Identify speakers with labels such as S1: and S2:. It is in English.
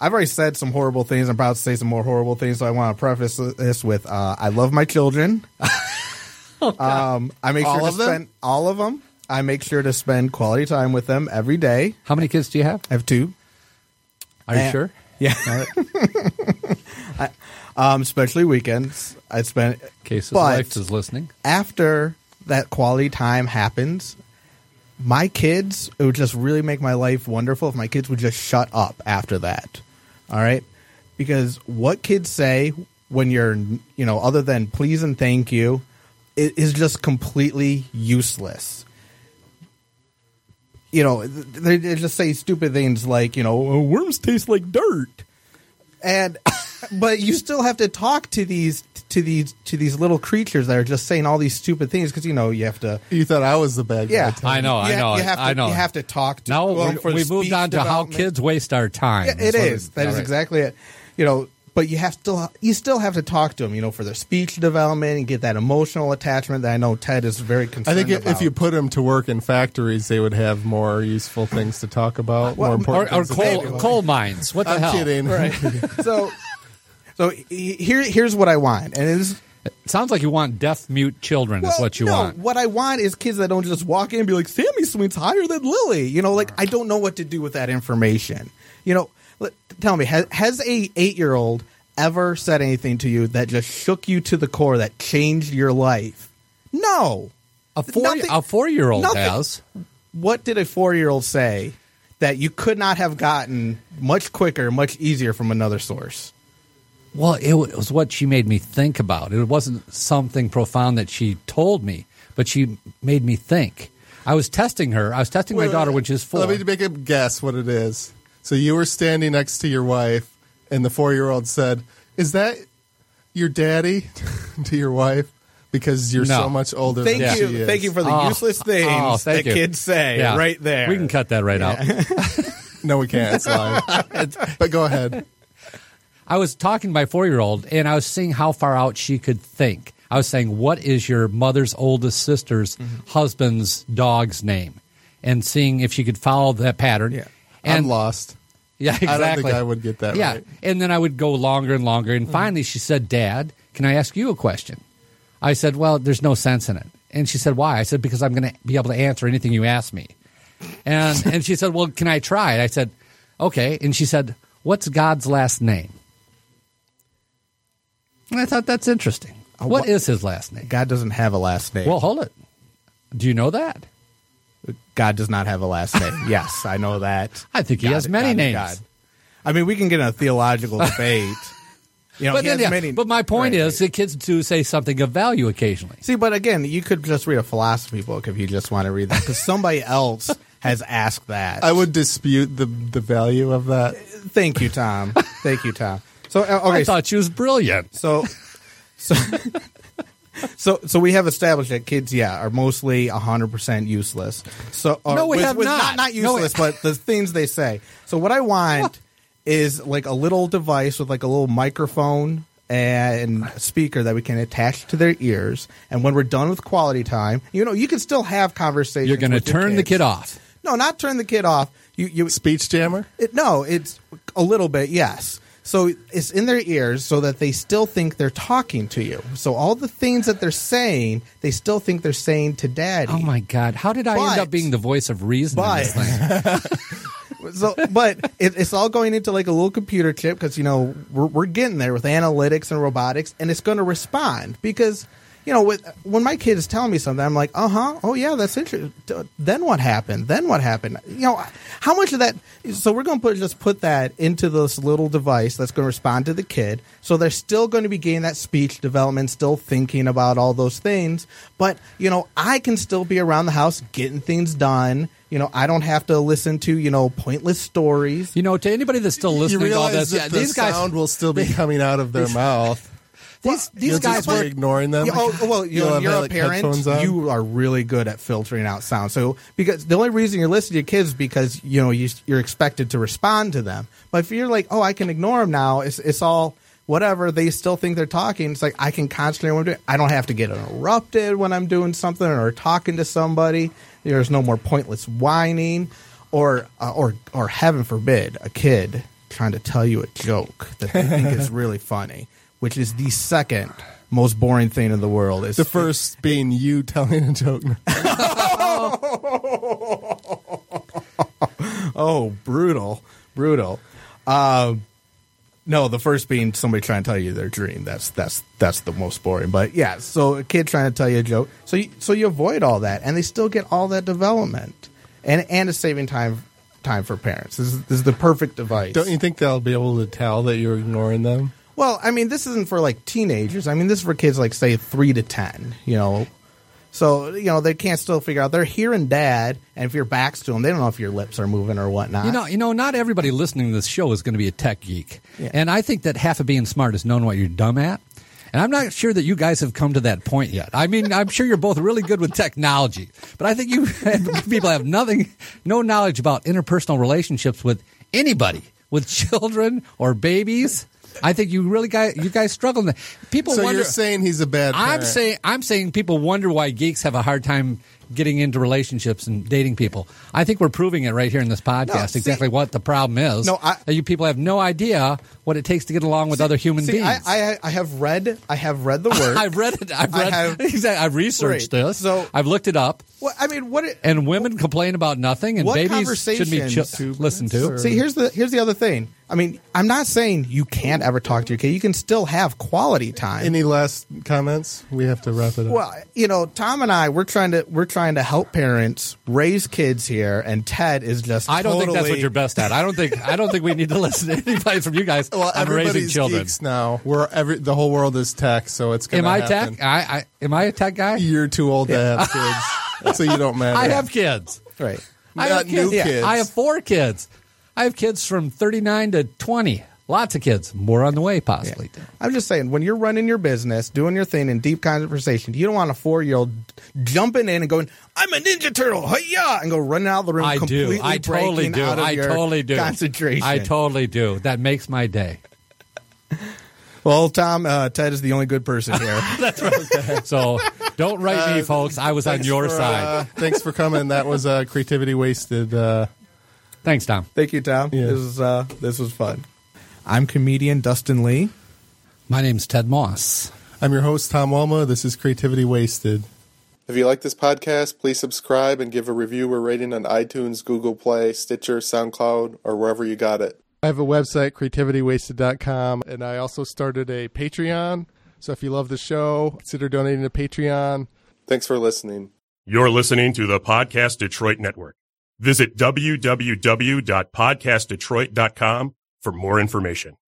S1: I've already said some horrible things. I'm about to say some more horrible things. So I want to preface this with uh, I love my children. um, I make
S2: All
S1: sure to
S2: of them?
S1: spend all of them. I make sure to spend quality time with them every day.
S3: How many kids do you have?
S1: I have two.
S3: Are you
S1: Eh.
S3: sure?
S1: Yeah.
S3: All right.
S1: Um, especially weekends. I spend
S3: Case his
S1: But-
S3: wife is listening.
S1: after that quality time happens, my kids, it would just really make my life wonderful if my kids would just shut up after that. All right? Because what kids say when you're, you know, other than please and thank you, i- is just completely useless. You know, th- they they just say stupid things like, you know, "Oh, worms taste like dirt and but you still have to talk to these to these to these little creatures that are just saying all these stupid things because you know you have to
S2: You thought I was the bad guy.
S1: yeah
S2: Tony.
S3: I know,
S1: you
S3: I
S1: ha-
S3: know,
S1: you have to,
S3: I know.
S1: you have to talk to
S3: Now
S1: well,
S3: we-
S1: for
S3: we moved
S1: speech
S3: on to how
S1: development.
S3: kids waste our time.
S1: yeah,
S3: That's
S1: it
S3: what
S1: is that
S3: all
S1: is
S3: right.
S1: exactly it you know but you have still you still have to talk to them you know for their speech development and get that emotional attachment that I know Ted is very
S2: I
S1: concerned
S2: think if, if
S1: about.
S2: you put them to work in factories, they would have more useful things to talk about,
S1: Well,
S2: more
S3: Or,
S2: important
S3: or
S2: things to
S3: coal,
S2: talk about.
S3: coal mines. What the
S2: I'm
S3: hell?
S2: kidding.
S1: so so he- here here's what I want and it's
S3: It sounds like you want deaf mute children. is
S1: Well,
S3: what you
S1: no,
S3: want.
S1: What I want is kids that don't just walk in and be like, Sammy Sweet's higher than Lily. You know, like I don't know what to do with that information. You know, let- tell me, has, has a eight year old ever said anything to you that just shook you to the core that changed your life? No.
S3: A four
S1: Nothing-
S3: a four year old
S1: nothing.
S3: has.
S1: What did a four year old say that you could not have gotten much quicker, much easier from another source?
S3: Well, it wa- it was what she made me think about. It wasn't something profound that she told me, but she made me think. I was testing her. I was testing my
S2: Wait,
S3: daughter
S2: wait,
S3: when she was four.
S2: Let me make a guess what it is. So you were standing next to your wife, and the four year old said, Is that your daddy to your wife? Because you're
S3: No.
S2: so much older
S1: Thank
S2: than
S1: you.
S2: she is.
S1: Thank you for the
S3: Oh,
S1: useless things
S3: oh,
S1: that
S3: thank you.
S1: kids say
S3: Yeah.
S1: right there.
S3: We can cut that right out.
S2: No, we can't. It's live. but go ahead.
S3: I was talking to my four year old and I was seeing how far out she could think. I was saying, What is your mother's oldest sister's husband's dog's name? And seeing if she could follow that pattern.
S1: Yeah.
S3: And
S2: I'm lost.
S3: Yeah,
S2: don't
S3: exactly.
S2: think I would get that
S3: Yeah,
S2: right. Mm.
S3: and then I would go longer and longer, and finally she said, "Dad, can I ask you a question?" I said, "Well, there's no sense in it." And she said, "Why?" I said, "Because I'm going to be able to answer anything you ask me." And and she said, "Well, can I try?" And I said, "Okay." And she said, "What's God's last name?" And I thought that's interesting. what
S1: wha-
S3: is his last name?
S1: God doesn't have a last name.
S3: Well, hold it. Do you know that?
S1: God does not have a last name. yes, I know that.
S3: I think he
S1: God-
S3: has many
S1: God-
S3: names.
S1: God. I mean, we can get in a theological debate. You know,
S3: But,
S1: he
S3: then,
S1: has
S3: yeah,
S1: many-
S3: but my point
S1: Right.
S3: is that kids do say something of value occasionally.
S1: see, but again, you could just read a philosophy book if you just want to read that because somebody else has asked that.
S2: I would dispute the, the value of that.
S1: Thank you, Tom. Thank you, Tom. So uh, okay,
S3: I thought she was brilliant.
S1: So, so, so, so we have established that kids, yeah, are mostly hundred percent useless. So, or
S3: No, we
S1: with-
S3: have
S1: with
S3: not.
S1: not.
S3: No, we-
S1: useless, but the things they say. So, what I want is like a little device with like a little microphone and speaker that we can attach to their ears. And when we're done with quality time, you know, you can still have conversations.
S3: You're going to
S1: with your
S3: turn the
S1: kids.
S3: kid off.
S1: No, not turn the kid off. You, you
S2: Speech jammer?
S1: it, no, it's a little bit, yes. So it's in their ears so that they still think they're talking to you. So all the things that they're saying, they still think they're saying to daddy.
S3: Oh my God! How did I end
S1: But-
S3: up being the voice of reason? in this
S1: But-
S3: thing?
S1: So, but it, it's all going into like a little computer chip because you know we're, we're getting there with analytics and robotics, and it's going to respond because you know with, when my kid is telling me something, I'm like, uh huh, oh yeah, that's interesting. Then what happened? Then what happened? You know, how much of that? So we're going to put just put that into this little device that's going to respond to the kid. So they're still going to be getting that speech development, still thinking about all those things. But you know, I can still be around the house getting things done. You know, I don't have to listen to you know pointless stories.
S3: You know, to anybody that's still
S2: You
S3: listening to all this,
S2: realize that
S3: yeah,
S2: the
S3: these guys,
S2: sound will still be coming out of their mouth.
S3: these, these
S2: You'll
S3: guys
S2: just be
S3: were.
S2: ignoring them.
S1: Yeah, oh, well, you
S2: You'll
S1: know,
S2: have,
S1: you're a
S2: like,
S1: parent.
S2: headphones on.
S1: You are really good at filtering out sound. So because the only reason you're listening to kids is because you know you, you're expected to respond to them. But if you're like, oh, I can ignore them now. It's it's all whatever. They still think they're talking. It's like I can concentrate on what I'm doing. I don't have to get interrupted when I'm doing something or talking to somebody. There's no more pointless whining, or uh, or or heaven forbid, a kid trying to tell you a joke that they think is really funny, which is the second most boring thing in the world. Is
S2: The first being you telling a joke.
S1: oh brutal, brutal. Um, no, the first being somebody trying to tell you their dream. That's that's that's the most boring. But yeah, so a kid trying to tell you a joke. So you, so you avoid all that, and they still get all that development, and and it's saving time time for parents. This is, this is the perfect device.
S2: Don't you think they'll be able to tell that you're ignoring them?
S1: Well, I mean, this isn't for like teenagers. I mean, this is for kids like say three to ten. You know, so you know they can't still figure out. They're hearing dad, and if your back's to them, they don't know if your lips are moving or whatnot.
S3: You know, you know, not everybody listening to this show is going to be a tech geek,
S1: Yeah.
S3: and I think that half of being smart is knowing what you're dumb at. And I'm not sure that you guys have come to that point yet. I mean, I'm sure you're both really good with technology, but I think you people have nothing, no knowledge about interpersonal relationships with anybody, with children or babies. I think you really guys, you guys struggle. in that. People
S2: So
S3: wonder.
S2: you're saying he's a bad
S3: I'm
S2: parent.
S3: saying I'm saying people wonder why geeks have a hard time getting into relationships and dating people. I think we're proving it right here in this podcast
S1: No, see-
S3: exactly what the problem is.
S1: No, I-
S3: that you people have no idea what it takes to get along with other human
S1: See,
S3: beings.
S1: I, I I have read I have read the word.
S3: have read it. I've
S1: I
S3: read.
S1: have-
S3: exactly, I've researched
S1: Right,
S3: this.
S1: so-
S3: I've looked it up.
S1: well, I mean, what? It,
S3: And women complain about nothing, and
S1: What
S3: babies should be
S1: conversations,
S3: ch- listened to.
S1: see, here's the here's the other thing. I mean, I'm not saying you can't ever talk to your kid. You can still have quality time.
S2: Any last comments? We have to wrap it up.
S1: Well, you know, Tom and I we're trying to we're trying to help parents raise kids here, and Ted is just
S3: I don't think that's what
S1: totally-
S3: you're best at. I don't think I don't think we need to listen to anybody from you guys
S2: well,
S3: on raising
S2: everybody's
S3: children.
S2: geeks now. We're every the whole world is tech, so it's going
S3: Am
S2: to
S3: I
S2: happen.
S3: tech? I, I am I a tech guy?
S2: You're too old to have kids, so you don't matter.
S3: I have kids.
S1: right.
S3: I have
S2: Not new
S3: kids. Yeah,
S2: kids.
S3: I have four kids. I have kids from 39 to 20. Lots of kids. More on the way, possibly.
S1: I'm just saying, when you're running your business, doing your thing in deep conversation, you don't want a four year old jumping in and going, "I'm a Ninja Turtle, yeah," and go running out of the room.
S3: I
S1: completely
S3: do. I totally
S1: breaking
S3: do.
S1: out of
S3: I
S1: your
S3: totally do.
S1: Concentration.
S3: I totally do. That makes my day.
S1: Well, Tom, uh, Ted is the only good person here.
S3: So don't write
S1: Uh,
S3: me, folks. I was on your
S2: For,
S3: side.
S2: uh, thanks for coming. That was uh, creativity wasted. Uh,
S3: Thanks, Tom.
S1: Thank you, Tom.
S2: Yeah.
S1: This was uh, this was fun. I'm comedian Dustin Lee.
S3: My name's Ted Moss.
S2: I'm your host Tom Walma. This is creativity wasted. If you like this podcast, please subscribe and give a review or rating on iTunes, Google Play, Stitcher, SoundCloud, or wherever you got it. I have a website, creativitywasted.com, and I also started a Patreon. So if you love the show, consider donating to Patreon. Thanks for listening.
S4: You're listening to the Podcast Detroit Network. Visit www.podcastdetroit.com for more information.